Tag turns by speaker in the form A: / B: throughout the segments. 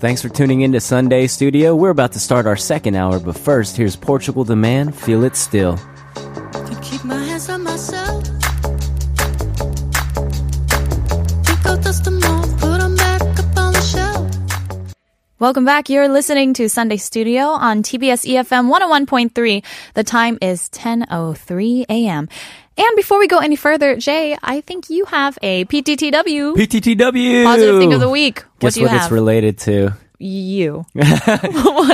A: Thanks for tuning in to Sunday Studio. We're about to start our second hour, but first, here's Portugal the Man, Feel It Still.
B: Could keep my hands on myself. Think I'll dust them off, put 'em back up on the shelf.
C: Welcome back. You're listening to Sunday Studio on TBS EFM 101.3. The time is 10:03 a.m. And before we go any further, Jay, I think you have a PTTW
A: PTTW!
C: positive thing of the week.
A: Guess
C: What do you
A: what
C: have?
A: it's related to?
C: you.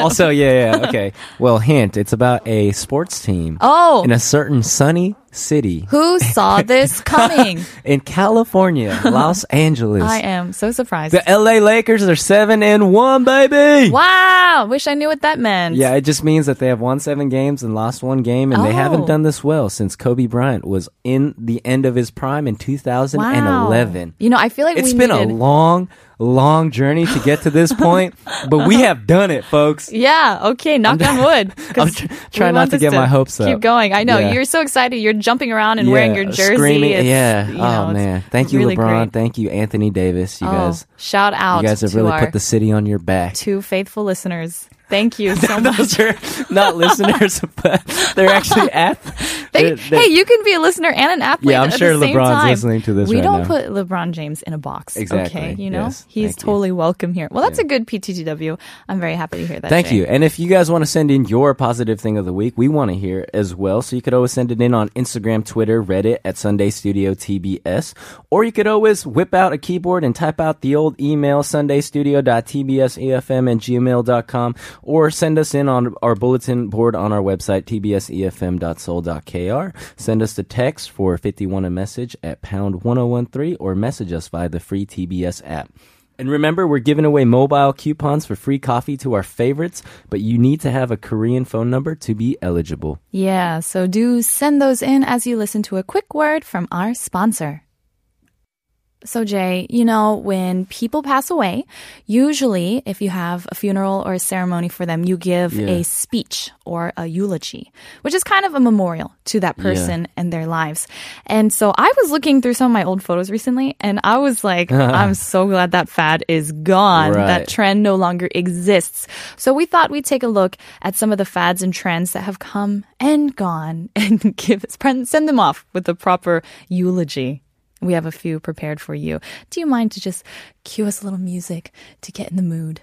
A: also, yeah, yeah, okay. Well, hint, it's about a sports team
C: Oh,
A: in a certain sunny city
C: who saw this coming?
A: in California, Los Angeles.
C: I am so surprised.
A: the LA Lakers are 7 and 1, baby.
C: wow, wish I knew what that meant.
A: Yeah, it just means that they have won 7 games and lost 1 game and they haven't
C: Oh.
A: done this well since Kobe Bryant was in the end of his prime in 2011.
C: Wow. You know, I feel like
A: It's
C: we
A: been a
C: needed-
A: long, long journey to get to this point, but we have done it, folks.
C: Yeah, okay, knock on wood. 'cause
A: tr-
C: we
A: trying not
C: want
A: to
C: this
A: get my hopes up.
C: Keep going. I know.
A: Yeah.
C: You're so excited. You're jumping around and
A: Yeah,
C: wearing your jersey.
A: Screaming,
C: It's,
A: yeah.
C: you
A: oh
C: know, it's
A: man, thank you,
C: really
A: LeBron.
C: great.
A: Thank you, Anthony Davis. You
C: Oh,
A: guys,
C: shout out
A: you guys have
C: to
A: really
C: our
A: put the city on your back.
C: two faithful listeners. Thank you so much.
A: Those are not listeners, but they're actually athletes.
C: They- hey, you can be a listener and an athlete.
A: Yeah, I'm
C: at
A: sure
C: the same
A: LeBron's
C: time.
A: listening to this
C: We
A: right
C: don't
A: now.
C: put LeBron James in a box.
A: Exactly,
C: Okay, you know
A: yes.
C: he's
A: Thank you.
C: totally welcome here. Well, that's a good PTTW. I'm very happy to hear that.
A: Thank
C: Jay.
A: you. And if you guys want to send in your positive thing of the week, we want to hear it as well. So you could always send it in on Instagram, Twitter, Reddit at Sunday Studio TBS. Or you could always whip out a keyboard and type out the old email, E sundaystudio.tbsefm and gmail.com, or send us in on our bulletin board on our website, E tbsefm.soul.kr. Send us the text for 51 a message at pound 1013 or message us via the free TBS app. And remember, we're giving away mobile coupons for free coffee to our favorites, but you need to have a Korean phone number to be eligible.
C: Yeah, so do send those in as you listen to a quick word from our sponsor. So, Jay, you know, when people pass away, usually if you have a funeral or a ceremony for them, you give
A: Yeah.
C: a speech or a eulogy, which is kind of a memorial to that person and their lives. And so I was looking through some of my old photos recently and I was like, I'm so glad that fad is gone.
A: Right.
C: That trend no longer exists. So we thought we'd take a look at some of the fads and trends that have come and gone and give send them off with the proper eulogy. We have a few prepared for you. Do you mind to just cue us a little music to get in the mood?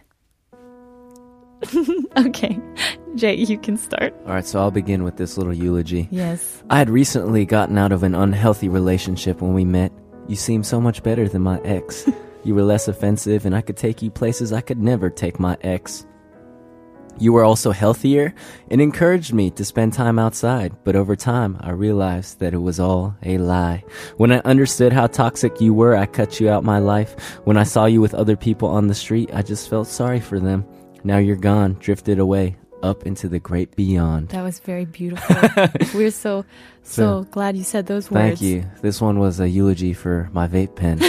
C: okay. Jay, you can start.
A: All right, so I'll begin with this little eulogy.
C: Yes.
A: I had recently gotten out of an unhealthy relationship when we met. You seemed so much better than my ex. you were less offensive, and I could take you places I could never take my ex. You were also healthier and encouraged me to spend time outside, but over time I realized that it was all a lie. When I understood how toxic you were, I cut you out my life. When I saw you with other people on the street, I just felt sorry for them. Now you're gone, drifted away, up into the great beyond.
C: That was very beautiful. We're so, so glad you said those words.
A: Thank you. This one was a eulogy for my vape pen.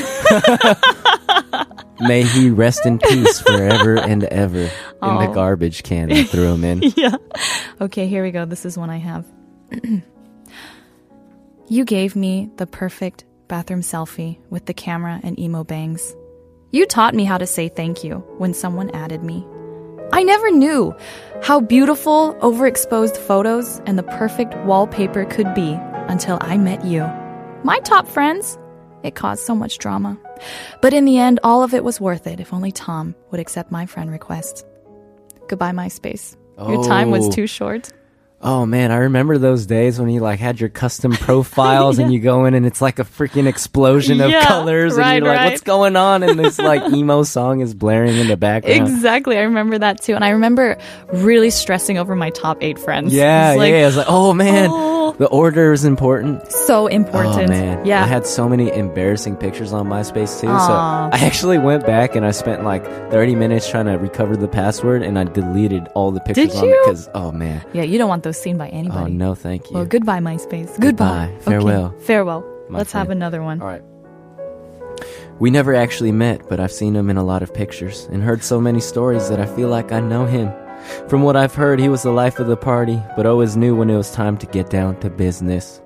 A: May he rest in peace forever and ever in the
C: Aw.
A: garbage can I threw him in.
C: yeah. Okay, here we go. This is one I have. you gave me the perfect bathroom selfie with the camera and emo bangs. You taught me how to say thank you when someone added me. I never knew how beautiful overexposed photos and the perfect wallpaper could be until I met you. My top friends? It caused so much drama. But in the end, all of it was worth it if only Tom would accept my friend request. Goodbye, MySpace. Your time was
A: Oh.
C: too short.
A: Oh man, I remember those days when you like had your custom profiles and you go in and it's like a freaking explosion of
C: Yeah,
A: colors and
C: right,
A: you're like,
C: right.
A: what's going on? And this like emo song is blaring in the background.
C: Exactly. I remember that too. And I remember really stressing over my top eight friends.
A: Yeah,
C: It's like,
A: yeah. It's like, oh man,
C: people.
A: The order is important.
C: So important.
A: Oh man,
C: Yeah.
A: I had so many embarrassing pictures on MySpace too. So I actually went back and I spent like 30 minutes trying to recover the password, and I deleted all the pictures on it
C: you?
A: because oh man,
C: yeah, you don't want those seen by
A: oh
C: anybody.
A: no, thank you.
C: Well, goodbye, MySpace. Goodbye.
A: Goodbye. Farewell.
C: Okay. Farewell.
A: My
C: Let's have
A: friend.
C: another one.
A: All right. We never actually met, but I've seen him in a lot of pictures and heard so many stories that I feel like I know him. From what I've heard, he was the life of the party, but always knew when it was time to get down to business.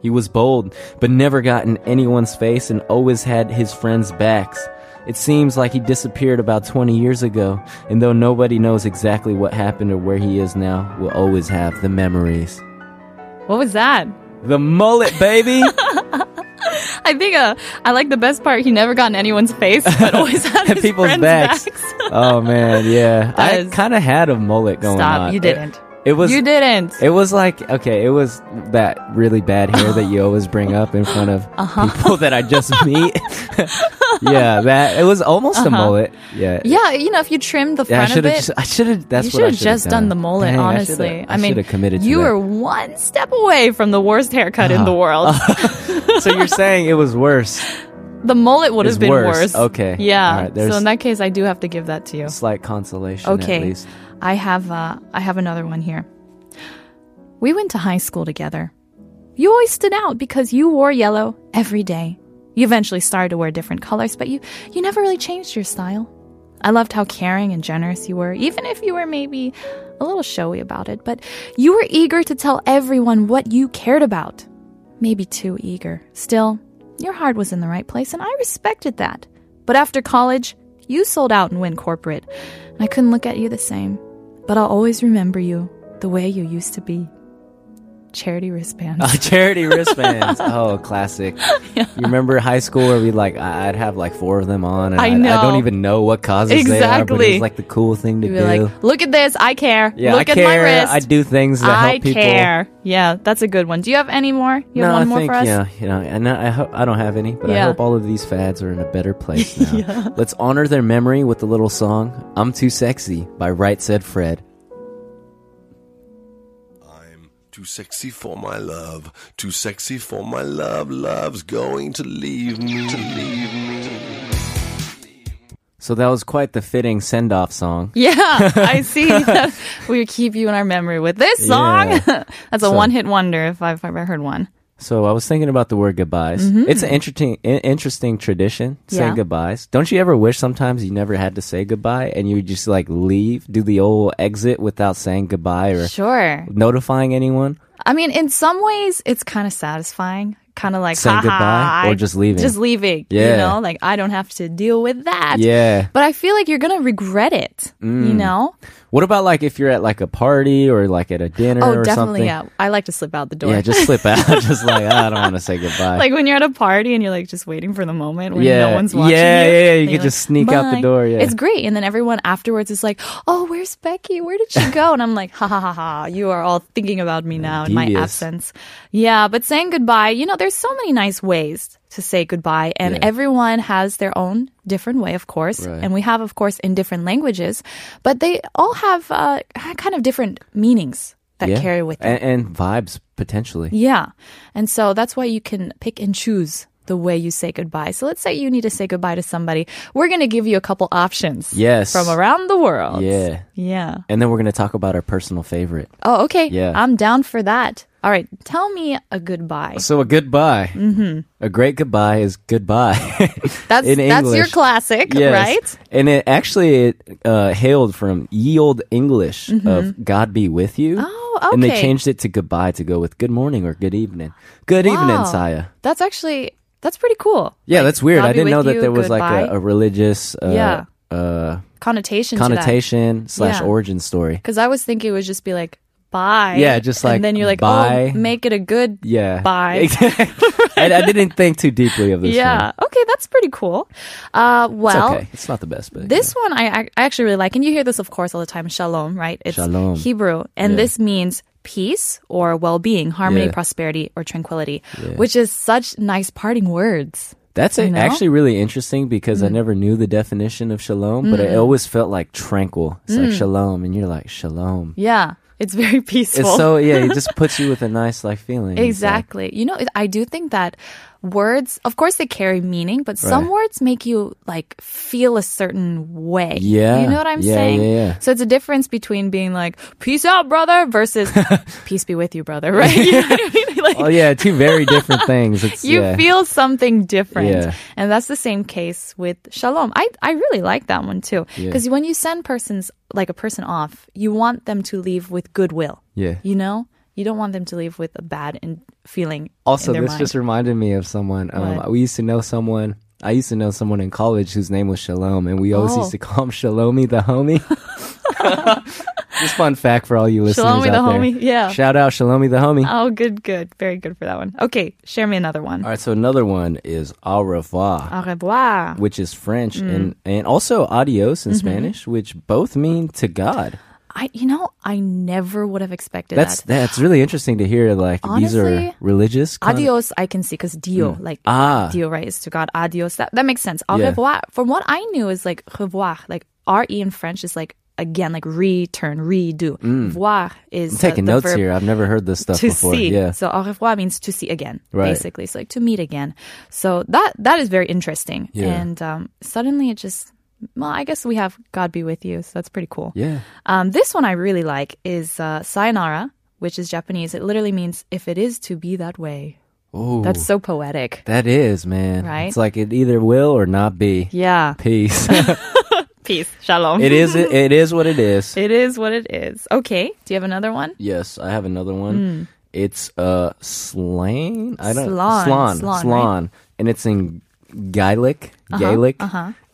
A: He was bold, but never got in anyone's face and always had his friends' backs. It seems like he disappeared about 20 years ago, and though nobody knows exactly what happened or where he is now, we'll always have the memories.
C: What was that?
A: The mullet, baby!
C: I think uh, I like the best part. He never got in anyone's face, but always had his
A: people's
C: friends'
A: backs. oh man, yeah.
C: That
A: I
C: is-
A: kind of had a mullet going
C: Stop,
A: on.
C: you
A: It-
C: didn't.
A: It, was.
C: you didn't.
A: It was like okay. It was that really bad hair that you always bring up in front of
C: Uh-huh.
A: people that I just meet. yeah, that it was almost a mullet. Yeah.
C: Uh-huh. yeah, you know, if you trimmed the
A: Yeah, I
C: front
A: should
C: of
A: have.
C: it,
A: Just, I should have. That's
C: you
A: what
C: should
A: I
C: have
A: should have
C: just done the mullet.
A: Dang, I shoulda-
C: honestly,
A: I, should
C: mean,
A: have committed.
C: you
A: to Ah.
C: were one step away from the worst haircut in the world.
A: Were, so you're saying it was worse?
C: the mullet would
A: It's
C: have been
A: worse.
C: worse.
A: Okay. All
C: Yeah.
A: right, there's-
C: so in that case, I do have to give that to you.
A: Slight consolation,
C: Okay.
A: at least.
C: I have uh, I have another one here. We went to high school together. You always stood out because you wore yellow every day. You eventually started to wear different colors, but you you never really changed your style. I loved how caring and generous you were, even if you were maybe a little showy about it, but you were eager to tell everyone what you cared about. Maybe too eager. Still, your heart was in the right place, and I respected that. But after college, you sold out and went corporate, and I couldn't look at you the same. But I'll always remember you the way you used to be. Charity wristbands.
A: Uh, charity wristbands. oh, classic. You remember high school where we like I- I'd have like four of them on, and
C: I
A: I, I don't
C: know.
A: even know what causes they are, but it
C: Exactly.
A: was like the cool thing to
C: You'd
A: do.
C: be like, look at this, I care.
A: yeah,
C: look
A: I
C: at my
A: care.
C: wrist.
A: I do things that
C: I
A: help people.
C: care. Yeah, that's a good one. Do you have any more? You
A: no,
C: have one
A: I
C: more
A: think
C: for us?
A: yeah, you know, and I, I hope I don't have any, but I
C: Yeah.
A: hope all of these fads are in a better place now. Let's honor their memory with a little song, "I'm Too Sexy" by Right Said Fred.
D: I'm too sexy for my love. Too sexy for my love. Love's going to leave me. To leave me.
A: So that was quite the fitting send-off song.
C: Yeah, I see. we keep you in our memory with this song.
A: Yeah.
C: That's a
A: So-
C: one-hit wonder if I've ever heard one.
A: So I was thinking about the word goodbyes. It's an interesting, i- interesting tradition. Say
C: Mm-hmm. Yeah.
A: goodbyes. Don't you ever wish sometimes you never had to say goodbye and you just like leave, do the old exit without saying goodbye or
C: Sure.
A: notifying anyone?
C: I mean, in some ways, it's kind of satisfying. Kind of like
A: Saying
C: "Ha ha,
A: goodbye or
C: I-
A: just leaving?"
C: Just leaving. You
A: Yeah.
C: know, like I don't have to deal with that.
A: Yeah. Mm.
C: But I feel like you're gonna regret it. You know?
A: What about like if you're at like a party or like at a dinner
C: Oh,
A: or
C: definitely.
A: something?
C: Yeah. I like to slip out the door.
A: Yeah, just slip out. just like I don't want to say goodbye.
C: like when you're at a party and you're like just waiting for the moment when
A: Yeah.
C: no one's watching.
A: Yeah,
C: you,
A: yeah, yeah. You
C: and
A: could
C: you're
A: just sneak out the
C: "Bye."
A: door, yeah.
C: it's great. And then everyone afterwards is like, "Oh, where's Becky? Where did she go?" And I'm like, "Ha ha ha ha! You are all thinking about me now in my
A: Devious.
C: absence." Yeah, but saying goodbye, you know, there's so many nice ways to say goodbye, and
A: Yeah.
C: everyone has their own different way, of course,
A: Right.
C: and we have, of course, in different languages, but they all have uh, kind of different meanings that
A: Yeah.
C: carry with them.
A: and, and vibes potentially.
C: Yeah. And so that's why you can pick and choose the way you say goodbye. So let's say you need to say goodbye to somebody. We're going to give you a couple options.
A: Yes.
C: From around the world.
A: Yeah.
C: Yeah.
A: And then we're gonna talk about our personal favorite.
C: Oh, okay.
A: Yeah.
C: I'm down for that. All right. Tell me a goodbye.
A: So a goodbye, mm-hmm. a great goodbye is goodbye.
C: That's
A: in
C: that's your
A: English.
C: classic,
A: Yes.
C: right?
A: And it actually it uh, hailed from ye old English of "God be with you."
C: Mm-hmm. Oh,
A: And they
C: okay.
A: changed it to goodbye to go with good morning or good evening. Good
C: Wow.
A: evening, Saya.
C: That's actually that's pretty cool.
A: Yeah, that's weird.
C: "God
A: I
C: be
A: didn't know
C: with
A: that
C: you,"
A: there was like a,
C: goodbye.
A: a religious uh,
C: Yeah.
A: uh,
C: Connotation to
A: connotation slash
C: Yeah.
A: origin story.
C: Because I was thinking it would just be like bye.
A: Yeah, just like,
C: and then you're like
A: bye.
C: oh make it a good
A: Yeah.
C: bye.
A: I, I didn't think too deeply of this.
C: yeah.
A: one.
C: Okay, that's pretty cool. Uh,
A: It's
C: well,
A: okay. It's not the best, but
C: This one I, ac- I actually really like, and you hear this, of course, all the time. Shalom, right? It's
A: Shalom.
C: Hebrew, and
A: Yeah.
C: this means peace or well-being, harmony,
A: Yeah.
C: prosperity, or tranquility, which is such nice parting words.
A: That's
C: You
A: a-
C: know? Mm.
A: actually really interesting because I never knew the definition of shalom, but it always felt like tranquil. It's
C: Mm.
A: like shalom, and you're like shalom.
C: Yeah, it's very peaceful.
A: It's so yeah, it just puts you with a nice like feeling. It's like-
C: Exactly. You know, it- I do think that words, of course, they carry meaning, but some words make you like feel a certain way.
A: Yeah.
C: You know what I'm
A: Yeah,
C: saying?
A: yeah, yeah.
C: So it's a difference between being like, peace out, brother, versus peace be with you, brother, right? You know what I mean? Like,
A: oh yeah, two very different things. It's,
C: you
A: yeah.
C: feel something different.
A: Yeah.
C: And that's the same case with shalom. I, I really like that one too.
A: Yeah.
C: Because when you send persons, like a person off, you want them to leave with goodwill.
A: Yeah.
C: You know? You don't want them to leave with a bad in- feeling.
A: Also,
C: in their
A: this
C: mind.
A: just reminded me of someone. Um,
C: What?
A: we used to know someone. I used to know someone in college whose name was Shalom, and we always
C: Oh.
A: used to call him Shalomi the homie. just fun fact for all you listeners
C: Shalomi the
A: out there.
C: homie, yeah.
A: Shout out Shalomi the homie.
C: Oh, good, good. Very good for that one. Okay, share me another one.
A: all right, so another one is au revoir,
C: Au revoir.
A: which is French,
C: Mm.
A: and and also adios in
C: Mm-hmm.
A: Spanish, which both mean to God.
C: I, you know, I never would have expected
A: That's
C: that.
A: that's really interesting to hear. Like these are
C: Honestly,
A: religious. con-
C: Adios, I can see because Dio, like
A: Ah.
C: Dio, right, is to God. Adios, that, that makes sense. Au
A: Yeah.
C: revoir. From what I knew is like revoir, like R E in French is like again, like return, redo. Voir is
A: Hmm. I'm taking
C: the, the
A: notes
C: verb
A: here. I've never heard this stuff
C: to
A: before.
C: see.
A: Yeah.
C: So au revoir means to see again,
A: Right.
C: basically. So like to meet again. So that that is very interesting.
A: Yeah.
C: And um, suddenly it just well, I guess we have God be with you. So that's pretty cool.
A: yeah.
C: Um, this one I really like is uh, sayonara, which is Japanese. It literally means if it is to be that way.
A: Oh.
C: That's so poetic.
A: That is, man.
C: Right?
A: It's like it either will or not be.
C: Yeah.
A: Peace.
C: Peace. Shalom.
A: it is it, it is what it is.
C: It is what it is. Okay. Do you have another one?
A: yes, I have another
C: Hmm.
A: one. It's uh slain. I don't
C: Slan,
A: Slan.
C: slan, Uh-huh,
A: slan. And it's in Gaelic, Gaelic.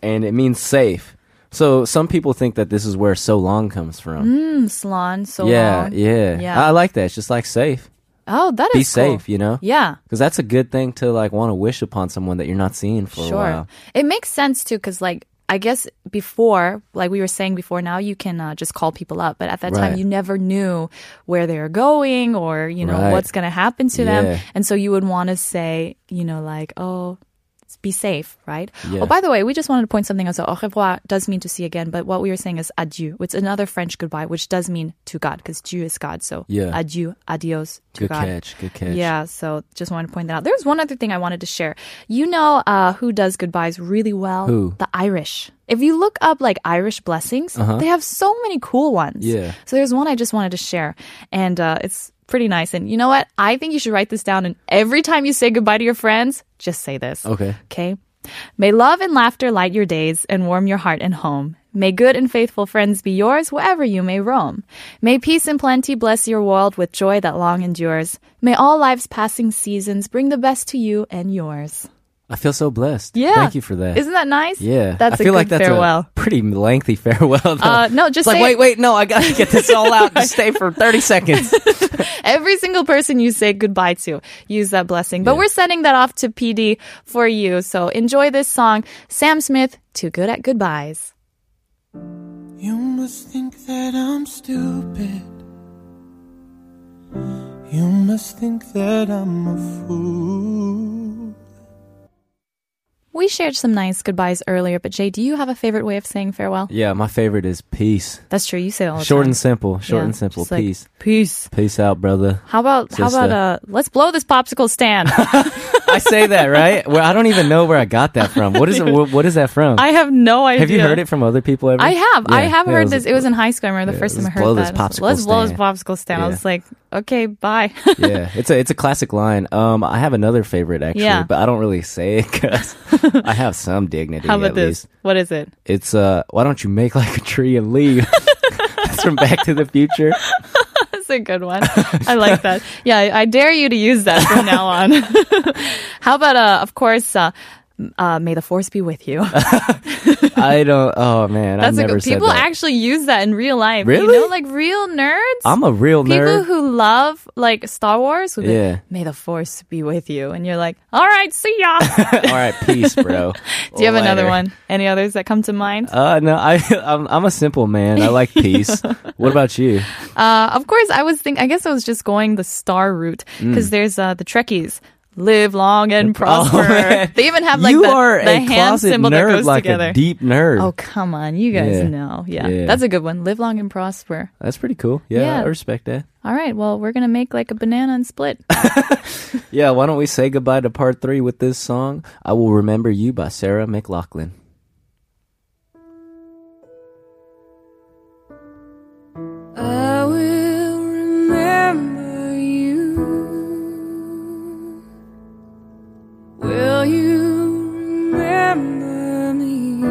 A: And it means safe. So some people think that this is where so long comes from.
C: Hmm, salon. So
A: yeah,
C: long.
A: yeah.
C: Yeah.
A: I like that. It's just like safe.
C: Oh, that
A: Be
C: is cool.
A: safe, you know?
C: Yeah.
A: Cuz that's a good thing to like want to wish upon someone that you're not seeing for a while.
C: It makes sense too, because like I guess before, like we were saying before, now you can uh, just call people up, but at that
A: Right.
C: time you never knew where they were going or you know
A: Right.
C: what's going to happen to
A: Yeah.
C: them, and so you would want to say, you know, like oh. Be safe, right?
A: Yeah.
C: Oh, by the way, we just wanted to point something out. So, au revoir does mean to see again, but what we were saying is adieu. It's another French goodbye, which does mean to God, because Dieu is God. So,
A: Yeah.
C: adieu, adios to
A: Good
C: God.
A: catch. Good catch.
C: Yeah, so just wanted to point that out. There's one other thing I wanted to share. You know uh, who does goodbyes really well?
A: Who?
C: The Irish. If you look up like Irish blessings, they have so many cool ones.
A: Uh-huh. Yeah.
C: So there's one I just wanted to share, and uh, it's pretty nice. And you know what? I think you should write this down. And every time you say goodbye to your friends, just say this.
A: Okay.
C: Okay. May love and laughter light your days and warm your heart and home. May good and faithful friends be yours wherever you may roam. May peace and plenty bless your world with joy that long endures. May all life's passing seasons bring the best to you and yours.
A: I feel so blessed.
C: Yeah.
A: Thank you for that.
C: Isn't that nice?
A: yeah. I
C: That's
A: feel
C: a
A: like
C: good
A: that's
C: farewell.
A: a pretty lengthy farewell. though.
C: Uh, no, just
A: it's like,
C: say-
A: wait, wait, no, I got to get this all out. Just stay for 30 seconds.
C: Every single person you say goodbye to, use that blessing. But
A: Yeah.
C: we're sending that off to PD for you. So enjoy this song, Sam Smith, Too Good at Goodbyes.
E: You must think that I'm stupid. You must think that I'm a fool.
C: We shared some nice goodbyes earlier, but Jay, do you have a favorite way of saying farewell?
A: yeah, my favorite is peace.
C: That's true. You say it all the
A: Short
C: time.
A: and simple. Short
C: Yeah,
A: and simple.
C: just like,
A: Peace.
C: peace.
A: Peace out, brother.
C: How about how about
A: Sister.
C: uh let's blow this popsicle stand.
A: I say that, right? Well, I don't even know where I got that from. What is it? What, what is that from?
C: I have no idea.
A: have you heard it from other people ever?
C: I have.
A: Yeah,
C: I have
A: yeah,
C: heard
A: was-
C: this. It was in high school. I remember the
A: yeah,
C: first time I
A: let's
C: heard
A: blow this
C: that.
A: popsicle
C: let's blow this
A: stand.
C: popsicle stand. I
A: Yeah.
C: was like, okay, bye.
A: yeah, it's a it's a classic line. Um, I have another favorite actually,
C: Yeah.
A: but I don't really say it because I have some dignity.
C: how
A: at
C: about this?
A: least.
C: What is it?
A: It's uh, why don't you make like a tree and leave? That's from Back to the Future.
C: That's a good one. I like that. Yeah, I I dare you to use that from now on. how about uh of course uh, m- uh may the force be with you.
A: I don't. Oh man,
C: That's
A: I
C: a
A: never
C: good
A: said
C: people
A: that.
C: actually use that in real life.
A: Really?
C: You know, like real nerds.
A: I'm a real
C: people
A: nerd.
C: who love like Star Wars would be
A: Yeah.
C: like, may the force be with you. And you're like, all right, see ya.
A: All right, peace, bro.
C: Do you have another
A: Later.
C: one? Any others that come to mind?
A: Uh, no, I I'm, I'm a simple man. I like peace. what about you? Mm.
C: Uh, of course, I was think. I guess I was just going the star route because there's uh, the Trekkies. live long and prosper. they even have like
A: Oh, you
C: the,
A: are
C: the
A: a
C: hand
A: closet
C: symbol that
A: nerd,
C: goes
A: like
C: together.
A: a deep nerd.
C: Oh, come on. You guys
A: Yeah.
C: know. Yeah.
A: Yeah.
C: That's a good one. Live long and prosper.
A: That's pretty cool. Yeah, I
C: Yeah.
A: respect that.
C: All right. Well, we're going to make like a banana and split.
A: Yeah, why don't we say goodbye to part three with this song? I Will Remember You by Sarah McLaughlin.
F: I will remember you. Will you remember me?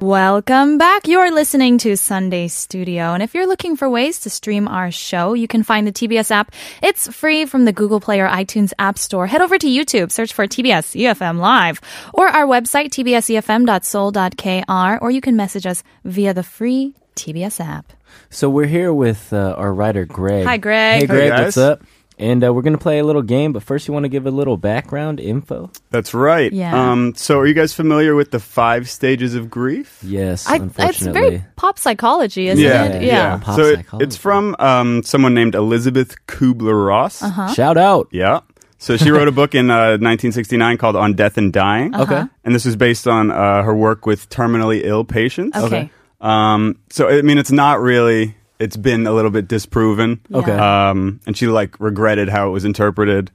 C: Welcome back. You're listening to Sunday Studio. And if you're looking for ways to stream our show, you can find the TBS app. It's free from the Google Play or iTunes App Store. Head over to YouTube, search for TBS EFM E Live, or our website, tbsefm.soul.kr, or you can message us via the free TBS app.
A: So we're here with uh, our writer Greg.
C: Hi,
A: Hey,
C: Greg. Hey,
A: Greg.
G: guys.
A: what's up? And uh, we're gonna play a little game, but first you want to give a little background info.
G: That's right.
C: Yeah.
G: Um, so, are you guys familiar with the five stages of grief?
A: Yes,
C: I, it's
A: unfortunately.
C: very pop psychology, isn't
G: Yeah,
C: it?
G: yeah.
A: Pop
G: so, it,
A: psychology.
G: it's from um, someone named Elizabeth Kubler Ross.
C: Uh-huh.
A: Shout out.
G: Yeah. So, she wrote a book in uh, 1969 called On Death and Dying.
C: Uh-huh.
A: Okay.
G: And this is based on uh, her work with terminally ill patients.
C: Okay.
G: Um, so, I mean, it's not really, it's been a little bit disproven.
A: Okay.
G: Um, and she, like, regretted how it was interpreted.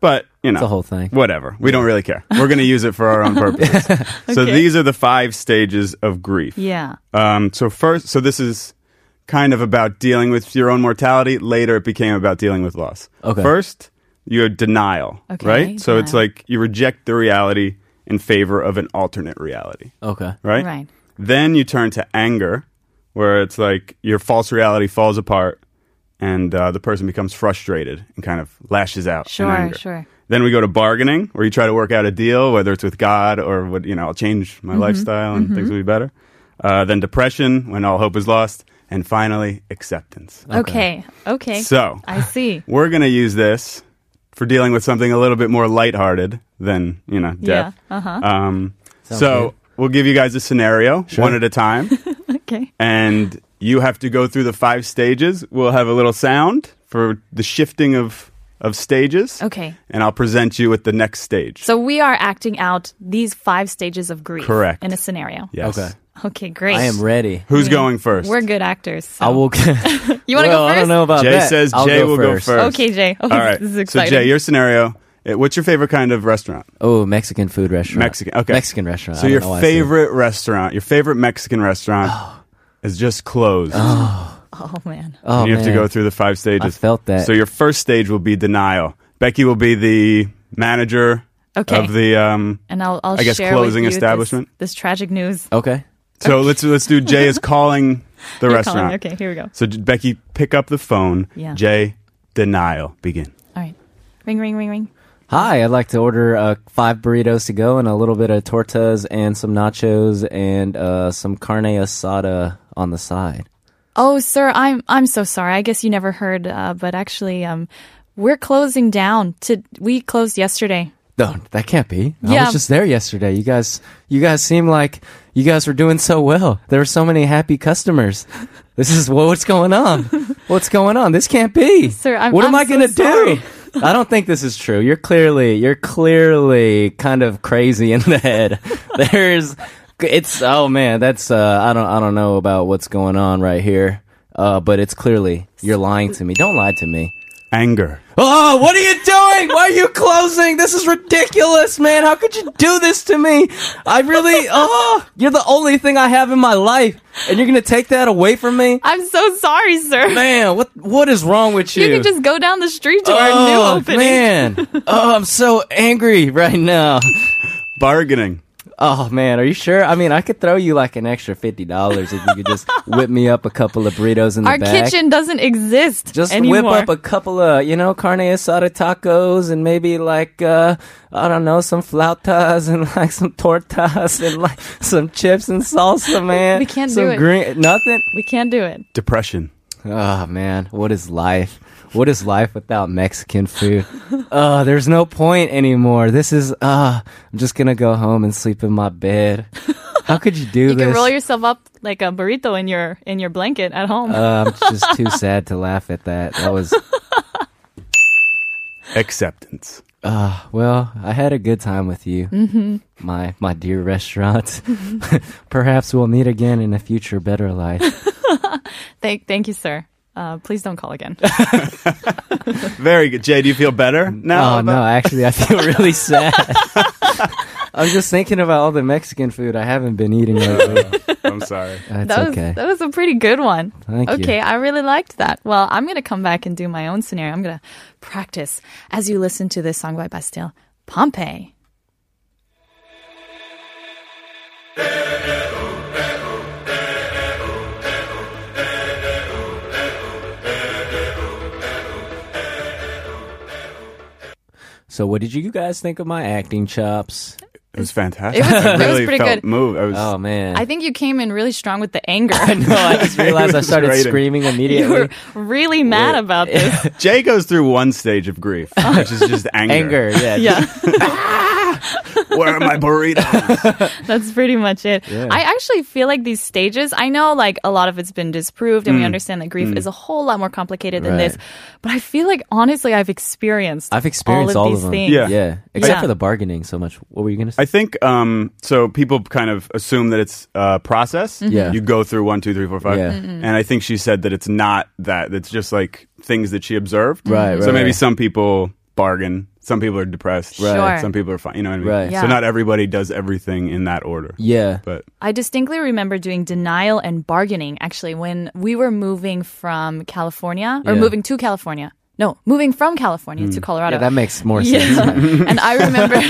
G: But, you know.
A: the whole thing.
G: Whatever. We don't really care. We're going to use it for our own purposes. So these are the five stages of grief.
C: Yeah.
G: Um, so first, so this is kind of about dealing with your own mortality. Later, it became about dealing with loss.
A: Okay.
G: First, you have denial,
C: Okay,
G: right? So it's
C: denial.
G: like you reject the reality in favor of an alternate reality,
A: Okay.
G: right?
C: Right.
G: Then you turn to anger, where it's like your false reality falls apart, and uh, the person becomes frustrated and kind of lashes out. in
C: Sure,
G: anger.
C: sure.
G: Then we go to bargaining, where you try to work out a deal, whether it's with God or what you know, I'll change
C: Mm-hmm.
G: my lifestyle and things will be better. Uh, then depression, when all hope is lost, and finally acceptance.
C: Okay. Okay.
G: So
C: I see.
G: we're gonna use this for dealing with something a little bit more lighthearted than you know death.
C: Yeah. Uh-huh.
G: Um,
A: Sounds
G: so
A: good.
G: we'll give you guys a scenario one at a time,
C: Okay.
G: and you have to go through the five stages. We'll have a little sound for the shifting of of stages.
C: Okay.
G: And I'll present you with the next stage.
C: So we are acting out these five stages of grief.
G: Correct.
C: In a scenario.
G: Yes.
A: Okay.
C: Okay, great.
A: I am ready.
G: Who's going 1st
C: We're good actors. so-
A: I will.
C: you want to
A: well,
C: go first?
A: I don't know about
G: Jay
A: that.
G: says
A: I'll
G: Jay
A: go
G: will
A: first.
G: go first.
C: Okay, Jay. Oh,
G: All right.
C: This is
G: so
C: exciting.
G: Jay, your scenario. uh, What's your favorite kind of restaurant?
A: Oh, Mexican food restaurant.
G: Mexican. Okay.
A: Mexican restaurant. I
G: So
A: don't
G: your
A: know why I said-
G: favorite restaurant, your favorite Mexican restaurant, is just closed.
C: oh man.
A: Oh,
G: and you have to
A: man.
G: go through the five stages.
A: I felt that.
G: So your first stage will be denial. Becky will be the manager
C: Okay.
G: of the. Um,
C: And I'll, I'll
G: I guess
C: share
G: closing
C: with you
G: establishment?
C: This, this tragic news.
A: Okay.
G: so let's let's do Jay is calling the
C: You're
G: restaurant.
C: calling. Okay, here we go.
G: So J- Becky, pick up the phone.
C: Yeah.
G: Jay, denial. Begin.
C: All right. Ring, ring, ring, ring.
A: Hi, I'd like to order uh, five burritos to go and a little bit of tortas and some nachos and uh, some carne asada on the side.
C: Oh, sir, I'm I'm so sorry. I guess you never heard, uh, but actually, um, we're closing down. To we closed yesterday.
A: No, that can't be. I
C: Yeah.
A: was just there yesterday. You guys, you guys seem like you guys were doing so well. There were so many happy customers. This is well, what's going on. What's going on? This can't be.
C: Sir, I'm-
A: what am I
C: I'm
A: gonna
C: so sorry.
A: do? I don't think this is true. You're clearly, you're clearly kind of crazy in the head. There's, it's oh man, that's uh, I don't, I don't know about what's going on right here. Uh, but it's clearly you're lying to me. Don't lie to me.
G: Anger.
A: Oh, what are you doing? Why are you closing? This is ridiculous, man. How could you do this to me? I really, oh, you're the only thing I have in my life, and you're gonna take that away from me,
C: I'm so sorry, sir.
A: man. What what is wrong with you?
C: You can just go down the street to our new
A: oh
C: opening.
A: man, oh, I'm so angry right now.
G: Bargaining.
A: Oh man, are you sure? I mean, I could throw you like an extra fifty dollars if you could just whip me up a couple of burritos in the
C: Our
A: back.
C: kitchen doesn't exist
A: Just
C: anymore.
A: whip up a couple of, you know, carne asada tacos and maybe like, uh, I don't know, some flautas and like some tortas and like some chips and salsa, man.
C: We can't
A: some
C: do it.
A: Green, nothing.
C: we can't do it.
G: Depression.
A: Oh man, what is life? What is life without Mexican food? Uh, there's no point anymore. This is, uh, I'm just gonna go home and sleep in my bed. How could you do
C: You
A: this?
C: can roll yourself up like a burrito in your in your blanket at home.
A: Uh, I'm just too sad to laugh at that. That was.
G: acceptance.
A: Uh, Well, I had a good time with you,
C: Mm-hmm.
A: my my dear restaurant. Perhaps we'll meet again in a future better life.
C: Thank, thank you, sir. Uh, please don't call again.
G: Very good. Jay, do you feel better now?
A: oh no, actually, I feel really sad. I'm just thinking about all the Mexican food I haven't been eating lately.
G: I'm sorry.
A: That's
C: that was
A: okay.
C: that was a pretty good one.
A: Thank you.
C: okay, I really liked that. Well, I'm gonna come back and do my own scenario. I'm gonna practice as you listen to this song by Bastille, Pompeii.
A: So, what did you guys think of my acting chops?
G: It was fantastic.
C: It was-
G: I
C: it was
G: really
C: pretty
G: felt
C: good.
G: moved. I was
A: Oh man,
C: I think you came in really strong with the anger.
A: no, I just realized I
G: was
A: started
G: rating.
A: screaming
C: you
A: immediately.
C: were really mad about this.
G: Jay goes through one stage of grief, which is just anger.
A: Anger, yeah.
C: yeah.
G: Where are my burritos?
C: That's pretty much it. I actually feel like these stages, I know like a lot of it's been disproved
A: Mm.
C: and we understand that grief is a whole lot more complicated than this, but I feel like honestly I've experienced
A: I've experienced all of,
C: these
A: them.
C: things.
G: Yeah.
A: yeah, except
C: Yeah.
A: for the bargaining so much. What were you gonna say?
G: I think um, so. People kind of assume that it's a process.
A: Mm-hmm. Yeah.
G: you go through one, two, three, four, five,
A: Yeah.
G: and I think she said that it's not that. It's just like things that she observed.
A: Right,
G: So
A: right,
G: maybe
A: right.
G: some people bargain. Some people are depressed.
C: Right. Sure.
G: Some people are fine. You know what I mean?
A: Right.
C: Yeah.
G: So not everybody does everything in that order.
A: yeah,
G: But
C: I distinctly remember doing denial and bargaining actually when we were moving from California or
A: Yeah. Hmm.
C: moving to California. No, moving from California to Colorado.
A: yeah, that makes more sense.
C: Yeah. and I remember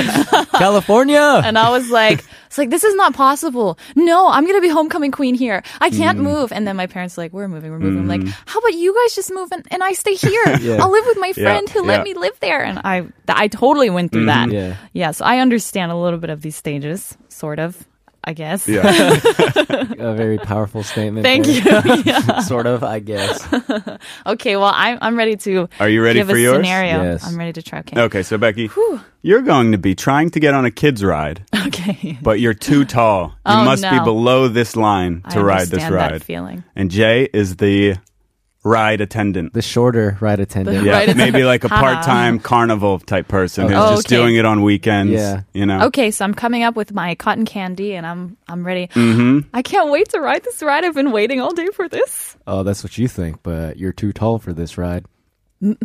A: California.
C: and I was like, it's like this is not possible. No, I'm gonna be homecoming queen here. I can't
A: Hmm.
C: move. And then my parents were like, we're moving, we're moving. I'm like, how about you guys just move and, and I stay here?
A: Yeah.
C: I'll live with my
G: Yeah,
C: friend who let me
G: yeah.
C: live there. And I th- I totally went through that.
A: Hmm. Yeah.
C: yeah, so I understand a little bit of these stages, sort of, I guess.
G: yeah,
A: a very powerful statement.
C: Thank
A: there.
C: you. Yeah.
A: sort of, I guess.
C: Okay, well I'm I'm ready to
G: are you ready
C: give
G: for
C: a
G: yours?
C: scenario.
A: Yes.
C: I'm ready to try. Okay.
G: Okay, so Becky, you're going to be trying to get on a kid's ride,
C: Okay.
G: but you're too tall. You
C: Oh,
G: must be
C: no.
G: below this line to
C: I
G: ride this
C: understand
G: ride.
C: that feeling.
G: and Jay is the ride attendant.
A: The shorter ride attendant.
G: Yeah,
C: Ride attendant.
G: maybe like a
C: Haha.
G: part-time carnival type person who's
C: Oh,
G: just
C: okay.
G: doing it on weekends.
A: Yeah.
G: you know.
C: Okay, so I'm coming up with my cotton candy and I'm I'm ready.
G: Mm-hmm.
C: I can't wait to ride this ride. I've been waiting all day for this.
A: Oh, that's what you think, but you're too tall for this ride.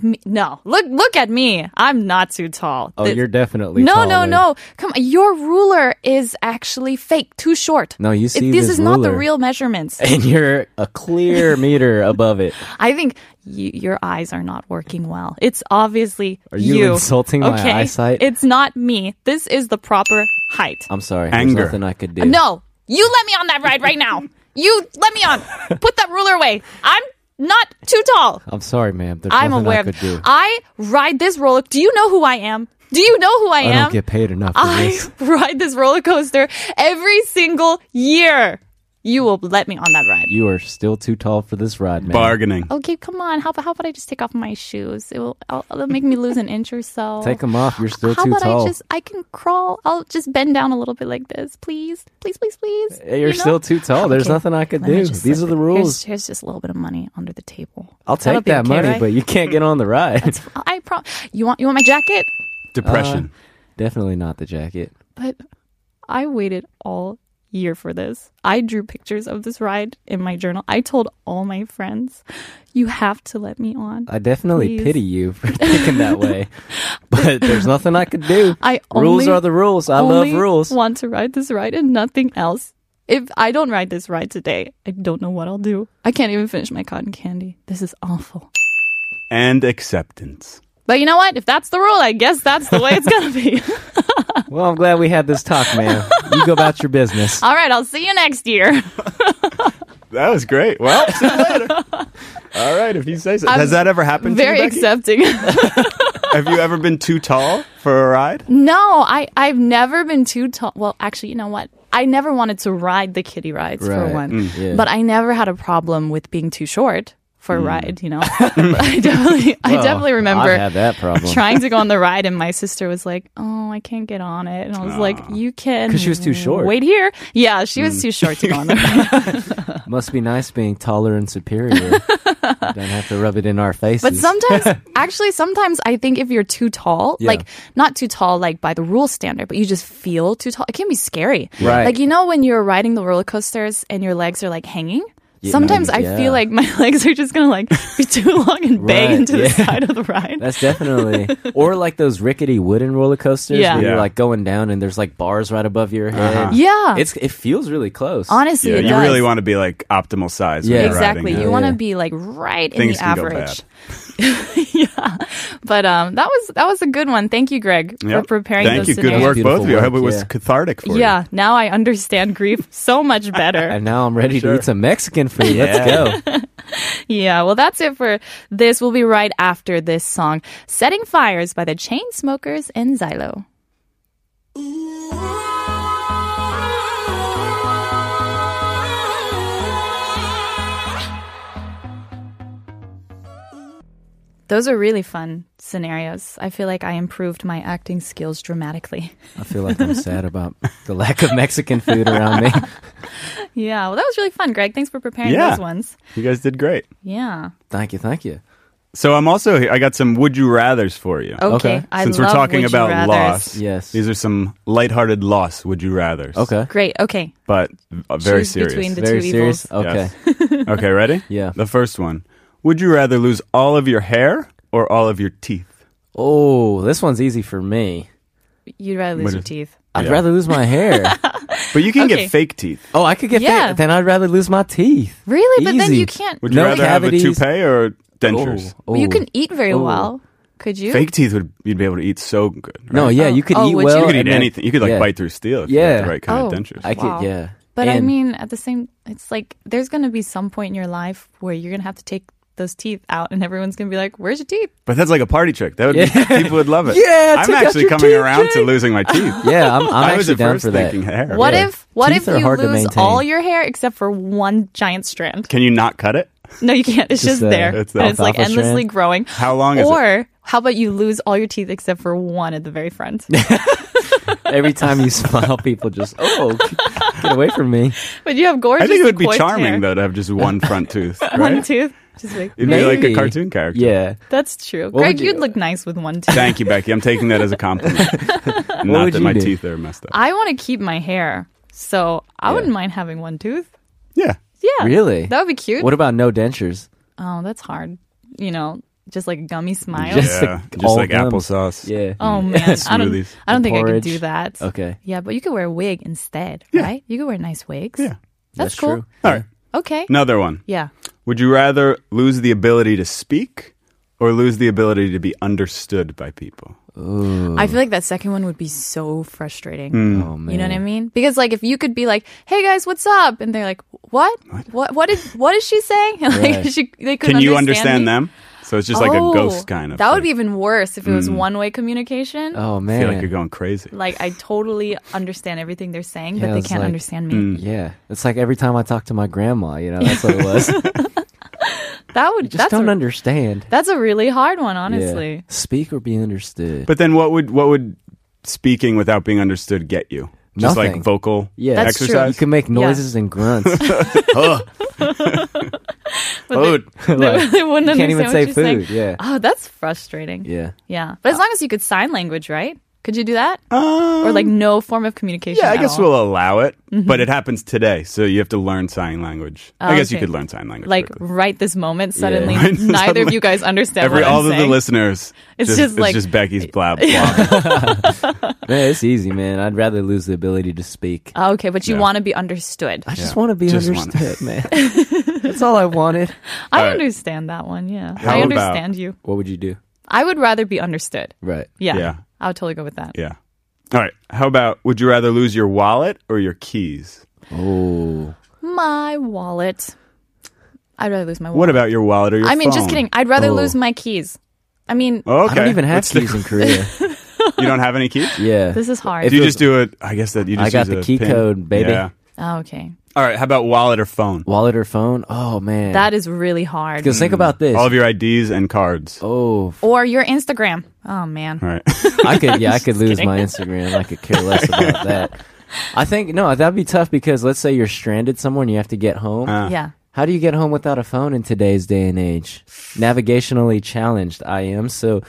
C: Me- no, look look at me. I'm not too tall.
A: Oh,
C: Th-
A: you're definitely
C: no,
A: taller.
C: no, no. Come on. Your ruler is actually fake, too short.
A: No, you see
C: It- this,
A: this
C: is not the
A: ruler.
C: real measurements.
A: And you're a clear meter above it.
C: I think y- your eyes are not working well. It's obviously
A: Are you insulting my
C: okay?
A: eyesight?
C: It's not me. This is the proper height.
A: I'm sorry.
G: Anger.
A: There's nothing I could do.
C: No, you let me on that ride right now. You let me on. Put that ruler away. I'm not too tall.
A: I'm sorry, ma'am. There's
C: I'm
A: nothing
C: aware
A: I
C: of
A: could do.
C: I ride this roller. Do you know who I am? Do you know who I,
A: I
C: am?
A: don't get paid enough for
C: I
A: this.
C: ride this roller coaster every single year. You will let me on that ride.
A: You are still too tall for this ride, ma'am.
G: Bargaining.
C: Okay, come on. How about how about I just take off my shoes? It will I'll, it'll make me lose an inch or so.
A: Take them off. You're still
C: How
A: too
C: about
A: tall.
C: I just I can crawl? I'll just bend down a little bit like this, please, please, please, please.
A: You're
C: You know?
A: still too tall. There's
C: Okay,
A: nothing I could
C: let me
A: do.
C: just
A: These are
C: slip
A: the
C: it.
A: rules.
C: Here's, here's just a little bit of money under the table.
A: I'll
C: That'll
A: take
C: be
A: that
C: okay,
A: money,
C: right?
A: but you can't get on the ride.
C: That's f- I prom. You want you want my jacket?
G: Depression.
A: Definitely not the jacket.
C: But I waited all year for this. I drew pictures of this ride in my journal. I told all my friends, "You have to let me on."
A: I definitely
C: Please.
A: pity you for thinking that way, but there's nothing I could do.
C: I
A: rules
C: only-
A: are the rules. I love
C: only
A: rules.
C: Want to ride this ride and nothing else. If I don't ride this ride today, I don't know what I'll do. I can't even finish my cotton candy. This is awful. Uh.
G: and acceptance.
C: But you know what? If that's the rule, I guess that's the way it's gonna be.
A: Well, I'm glad we had this talk, man. you go about your business.
C: All right, I'll see you next year.
G: That was great. Well, see you later. All right, if you say so. Has that ever happened
C: Very
G: to you? Becky?
C: accepting.
G: Have you ever been too tall for a ride?
C: No, I I've never been too tall. Well, actually, you know what? I never wanted to ride the kiddie rides
A: Right.
C: for one,
A: Mm. Yeah. Mm.
C: but I never had a problem with being too short for a ride. You know, I definitely I
A: Well,
C: definitely
A: I
C: remember
A: had that problem
C: trying to go on the ride, and my sister was like, "Oh, I can't get on it," and I was like, "You can,"
A: 'Cause she was too short. Mm.
C: Wait here, yeah, she was too short to go on the ride.
A: Must be nice being taller and superior. Don't have to rub it in our faces.
C: But sometimes, actually, sometimes I think if you're too tall,
A: Yeah.
C: like not too tall, like by the rule standard, but you just feel too tall, it can be scary.
A: Right.
C: Like, you know, when you're riding the roller coasters and your legs are like hanging?
A: Yeah,
C: Sometimes I
A: yeah.
C: feel like my legs are just gonna like be too long and bang
A: Right,
C: into the
A: yeah.
C: side of the ride.
A: That's definitely, or like those rickety wooden roller coasters
C: Yeah. Uh-huh.
A: where you're
G: Yeah.
A: like going down and there's like bars right above your head.
C: yeah.
A: It's it feels really close.
C: Honestly,
G: Yeah,
C: it
G: you
C: does.
G: really want to be like optimal size. when
A: Yeah.
G: you're riding
C: exactly.
G: it.
C: You
A: yeah.
C: want to be like right in
G: Things
C: the
G: can go
C: average. yeah, but um, that was that was a good one. Thank you, Greg,
G: Yep.
C: for preparing.
G: Thank
C: those
G: you. Good
C: scenarios.
G: work,
A: Beautiful
G: both of you. I hope it
A: work,
G: was
A: yeah.
G: cathartic for
C: Yeah, now I understand grief so much better.
A: And now I'm ready to eat some Mexican food. Let's go.
C: yeah, well, that's it for this. We'll be right after this song, Setting Fires by the Chainsmokers and Xylo. Those are really fun scenarios. I feel like I improved my acting skills dramatically.
A: I feel like I'm sad about the lack of Mexican food around me.
C: Yeah, well, that was really fun, Greg. Thanks for preparing
G: Yeah.
C: those ones.
G: you. You guys did great.
C: Yeah.
A: Thank you, thank you.
G: So I'm also I got some would you rather's for you.
C: Okay.
A: Okay.
C: Oh, I
G: Since
C: love
G: we're talking
C: Would You
G: about
C: Rathers.
G: loss,
A: Yes.
G: these are some lighthearted loss would you rather's.
A: Okay,
C: Great. Okay.
G: but uh, very
C: Choose
G: serious.
C: between the
A: very
C: two
A: serious.
C: evils.
A: Okay,
G: Yes. okay, ready?
A: Yeah.
G: The first one. Would you rather lose all of your hair or all of your teeth?
A: Oh, this one's easy for me.
C: You'd rather lose
G: What
C: your
G: is-
C: teeth.
A: I'd
G: Yeah.
A: rather lose my hair.
G: But you can
C: Okay.
G: get fake teeth.
A: oh, I could get
C: Yeah.
A: fat. Then I'd rather lose my teeth.
C: Really? But then
A: Easy.
C: you can't.
G: Would you
A: No
G: rather have a
A: cavities.
G: toupee or dentures?
A: Oh,
C: You
A: oh.
C: can eat very
A: Oh.
C: well. Could you?
G: Fake teeth would you'd be able to eat so good. Right?
A: No, yeah, you could
C: Oh,
A: eat
C: would you?
A: well.
G: you could
A: and
G: eat
A: then-
G: anything. You could
A: yeah.
G: like bite through steel if you had
A: Yeah.
G: the right kind
C: Oh.
G: of dentures.
A: I could,
C: Wow.
A: yeah.
C: But I
A: And-
C: mean, at the same, it's like there's gonna be some point in your life where you're gonna have to take those teeth out, and everyone's gonna be like, "Where's your teeth?"
G: But that's like a party trick. That would be, people would love it.
A: Yeah,
G: I'm
A: take out
G: actually
A: your
G: coming
A: teeth,
G: around to
A: Jake.
G: losing my teeth.
A: yeah, I'm, I'm
G: I was
A: actually
G: at
A: down
G: first
A: for that.
G: thinking hair.
C: What
A: Yeah.
C: if what
A: Teeth are
C: if you
A: hard to
C: lose
A: maintain.
C: all your hair except for one giant strand?
G: Can you not cut it?
C: No, you can't. It's just,
A: Just, uh,
C: there.
G: it's the
C: and it's like
A: alfalfa
C: endlessly
A: strand.
C: growing.
G: How long is it?
C: or how about you lose all your teeth except for one at the very front?
A: Every time you smile, people just oh, get away from me.
C: but you have gorgeous.
G: I think it would be
C: coiffed
G: charming
C: hair.
G: though to have just one front tooth. Right?
C: One tooth. Just like,
G: You'd be like a
A: Maybe.
G: cartoon character.
A: Yeah.
C: that's true.
A: What
C: Greg,
A: would you-
C: you, would look nice with one tooth.
G: Thank you, Becky. I'm taking that as a compliment.
A: What
G: Not
A: would
G: that
A: you
G: my
A: do?
G: teeth are messed up.
C: I want to keep my hair, so I
A: Yeah.
C: wouldn't mind having one tooth.
G: Yeah.
C: Yeah,
A: Really?
C: That would be cute.
A: What about no dentures?
C: oh, that's hard. You know, just like a gummy smile.
A: Just-
G: yeah.
A: like
G: just
A: all
G: like
A: gums.
G: applesauce.
A: Yeah.
C: oh man, I don't.
G: Smoothies.
C: I don't think I could
A: Porridge.
C: do that.
A: Okay.
C: Yeah, but you could wear a wig instead, right? You could wear nice wigs.
G: Yeah.
A: That's
C: that's, cool.
A: true.
G: All right.
C: Okay.
G: Another one.
C: Yeah.
G: Would you rather lose the ability to speak or lose the ability to be understood by people?
C: I feel like that second one would be so frustrating.
A: Oh man.
C: You know what I mean? Because like if you could be like, "Hey guys, what's up?" and they're like, "What? What? What, did what is she saying?" And, like
A: Right.
C: she, they couldn't
G: Can you
C: me.
G: understand them? So it's just like a ghost kind of.
C: Oh, That would be
G: thing. Mm.
C: even worse if it was one-way communication.
A: Oh
G: I
A: man.
G: feel like you're going crazy.
C: Like I totally understand everything they're saying,
A: Yeah,
C: but they
A: it's
C: can't
A: like-
C: understand me.
G: mm.
A: yeah, it's like every time I talk to my grandma, you know, that's what it was. Just
C: That would that's
A: don't
C: a,
A: understand.
C: that's a really hard one,
A: Yeah.
C: honestly.
A: Speak or be understood.
G: But then what would what would speaking without being understood get you? Just
A: Nothing.
G: like vocal
A: yeah,
C: That's true.
G: exercise?
A: You can make noises and grunts.
G: Food.
A: Like,
C: they wouldn't
A: you can't even say
C: understand what you're
A: food.
C: saying.
A: Yeah.
C: Oh, that's frustrating.
A: Yeah. Uh,
C: Yeah. But as long as you could sign language, right? Could you do that?
G: Um,
C: or like no form of communication?
G: yeah, I
C: at
G: guess
C: all?
G: we'll allow it,
A: Mm-hmm.
G: but it happens today, so you have to learn sign language.
A: Oh,
G: I guess you
C: okay.
G: could learn sign language.
C: like
G: quickly.
C: right this moment suddenly
G: Right this
C: neither of
G: moment.
C: you guys understand
G: every
C: what I'm
G: all of the
C: saying.
G: listeners,
C: It's just like-
G: it's just Becky's blah blah.
A: Man, it's easy, man. I'd rather lose the ability to speak.
C: Oh, okay, but you
G: Yeah.
C: want to be understood.
A: I just
G: Yeah.
A: want to be
G: Just wanna-
A: understood, man. that's all I wanted.
C: I
G: right.
C: understand that one. Yeah,
G: How
C: I
G: about-
C: understand you.
A: What would you do?
C: I would rather be understood.
A: Right.
C: Yeah,
G: Yeah.
C: I would totally go with that.
G: yeah. All right. How about would you rather lose your wallet or your keys?
A: Oh.
C: My wallet. I'd rather lose my wallet.
G: What about your wallet or your?
C: I mean, just
G: phone? Oh.
C: kidding. I'd rather
A: Oh.
C: lose my keys. I mean,
G: Okay.
A: I don't even have
G: Let's stick
A: keys in Korea.
G: with- You don't have any keys.
A: yeah.
C: this is hard.
A: If
G: You
A: it
G: just
A: was-
G: do it. I guess that you just.
A: I got
G: use
A: the
G: a
A: key
G: pin.
A: code, baby.
G: Yeah.
C: oh, okay,
G: All right. How about wallet or phone?
A: Wallet or phone? Oh man.
C: that is really hard.
A: Because think about this.
G: Hmm. All of your IDs and cards.
A: oh,
C: Or your Instagram. Oh man.
G: All right.
A: I could yeah, I could lose my Instagram. I could care less about that. I think no, that'd be tough because let's say you're stranded somewhere and you have to get home.
G: Uh,
C: Yeah.
A: How do you get home without a phone in today's day and age? Navigationally challenged, I am. So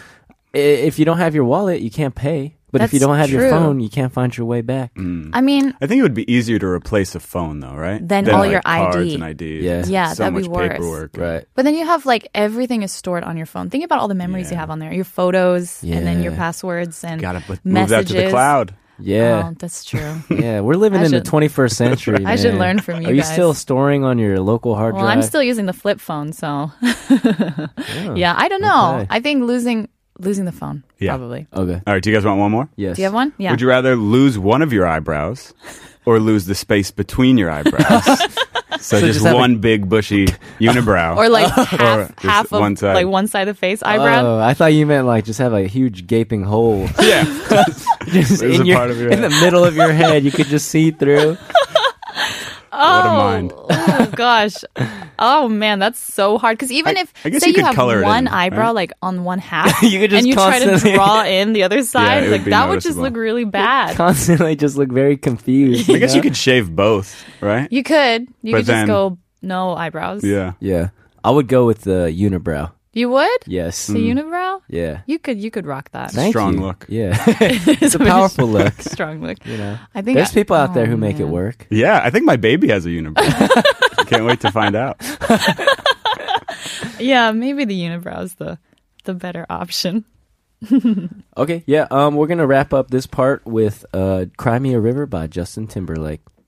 A: i- if you don't have your wallet, you can't pay. But if you
C: That's
A: don't have your
C: true.
A: phone, you can't find your way back.
C: I mean,
G: I think it would be easier to replace a phone, though, right?
C: Than all your
G: cards
C: ID.
G: and IDs.
A: Yeah.
C: Yeah,
G: so
C: that'd be
G: much
C: worse.
G: paperwork.
A: Right.
C: but then you have like everything is stored on your phone. Think about all the memories you have
G: Yeah.
C: on there, your photos, and then your
A: Yeah.
C: passwords and
G: Gotta put, move that
C: messages.
G: to the cloud.
A: Yeah.
C: Oh, that's true.
A: Yeah, we're living
C: I
A: in
C: should-
A: the 21st century.
C: I should
A: man.
C: learn from you
A: Are you
C: guys.
A: still storing on your local hard
C: well,
A: drive?
C: I'm still using the flip phone, so
G: Oh,
C: yeah, I don't know.
A: okay.
C: I think losing losing the phone
G: Yeah.
C: probably.
A: Okay.
G: All right, do you guys want one more?
A: Yes.
C: Do you have one? Yeah.
G: Would you rather lose one of your eyebrows or lose the space between your eyebrows? so, just,
A: just have a-
G: one big bushy unibrow.
C: or like half,
G: just
C: half of
G: one side.
C: like one side of the face eyebrow.
A: Oh, I thought you meant like just have a huge gaping hole
G: yeah.
A: just
G: There's
A: in,
G: a
A: your,
G: part of your
A: in the middle of your head. You could just see through.
G: What a mind.
C: oh gosh. Oh man, that's so hard. Because even
G: I-
C: if
G: I guess
C: say
G: you
C: you,
G: could
C: have
G: color it
C: one
G: in,
C: eyebrow
G: right?
C: like on one half,
A: You could just
C: and you try
A: constantly-
C: to draw in the other side,
G: it would
C: like
G: be
C: that would just
G: noticeable.
C: look really bad.
A: Constantly just look very confused.
G: I guess you could shave both, right?
C: you could, you
G: But
C: could just
G: then-
C: go no eyebrows.
G: Yeah.
A: Yeah. I would go with the unibrow.
C: you would
A: Yes. Mm.
C: the unibrow.
A: yeah.
C: You could, you could rock that.
A: Thank
G: strong
A: you.
G: look.
A: Yeah. it's a powerful look.
C: Strong look.
A: You know.
C: I think
A: There's
C: I-
A: people out there
C: oh,
A: who make it
C: man.
A: work.
G: Yeah, I think my baby has a unibrow. Can't wait to find out.
C: Yeah, maybe the unibrow is the the better option.
A: Okay, yeah. Um, we're gonna wrap up this part with uh, "Cry Me a River" by Justin Timberlake.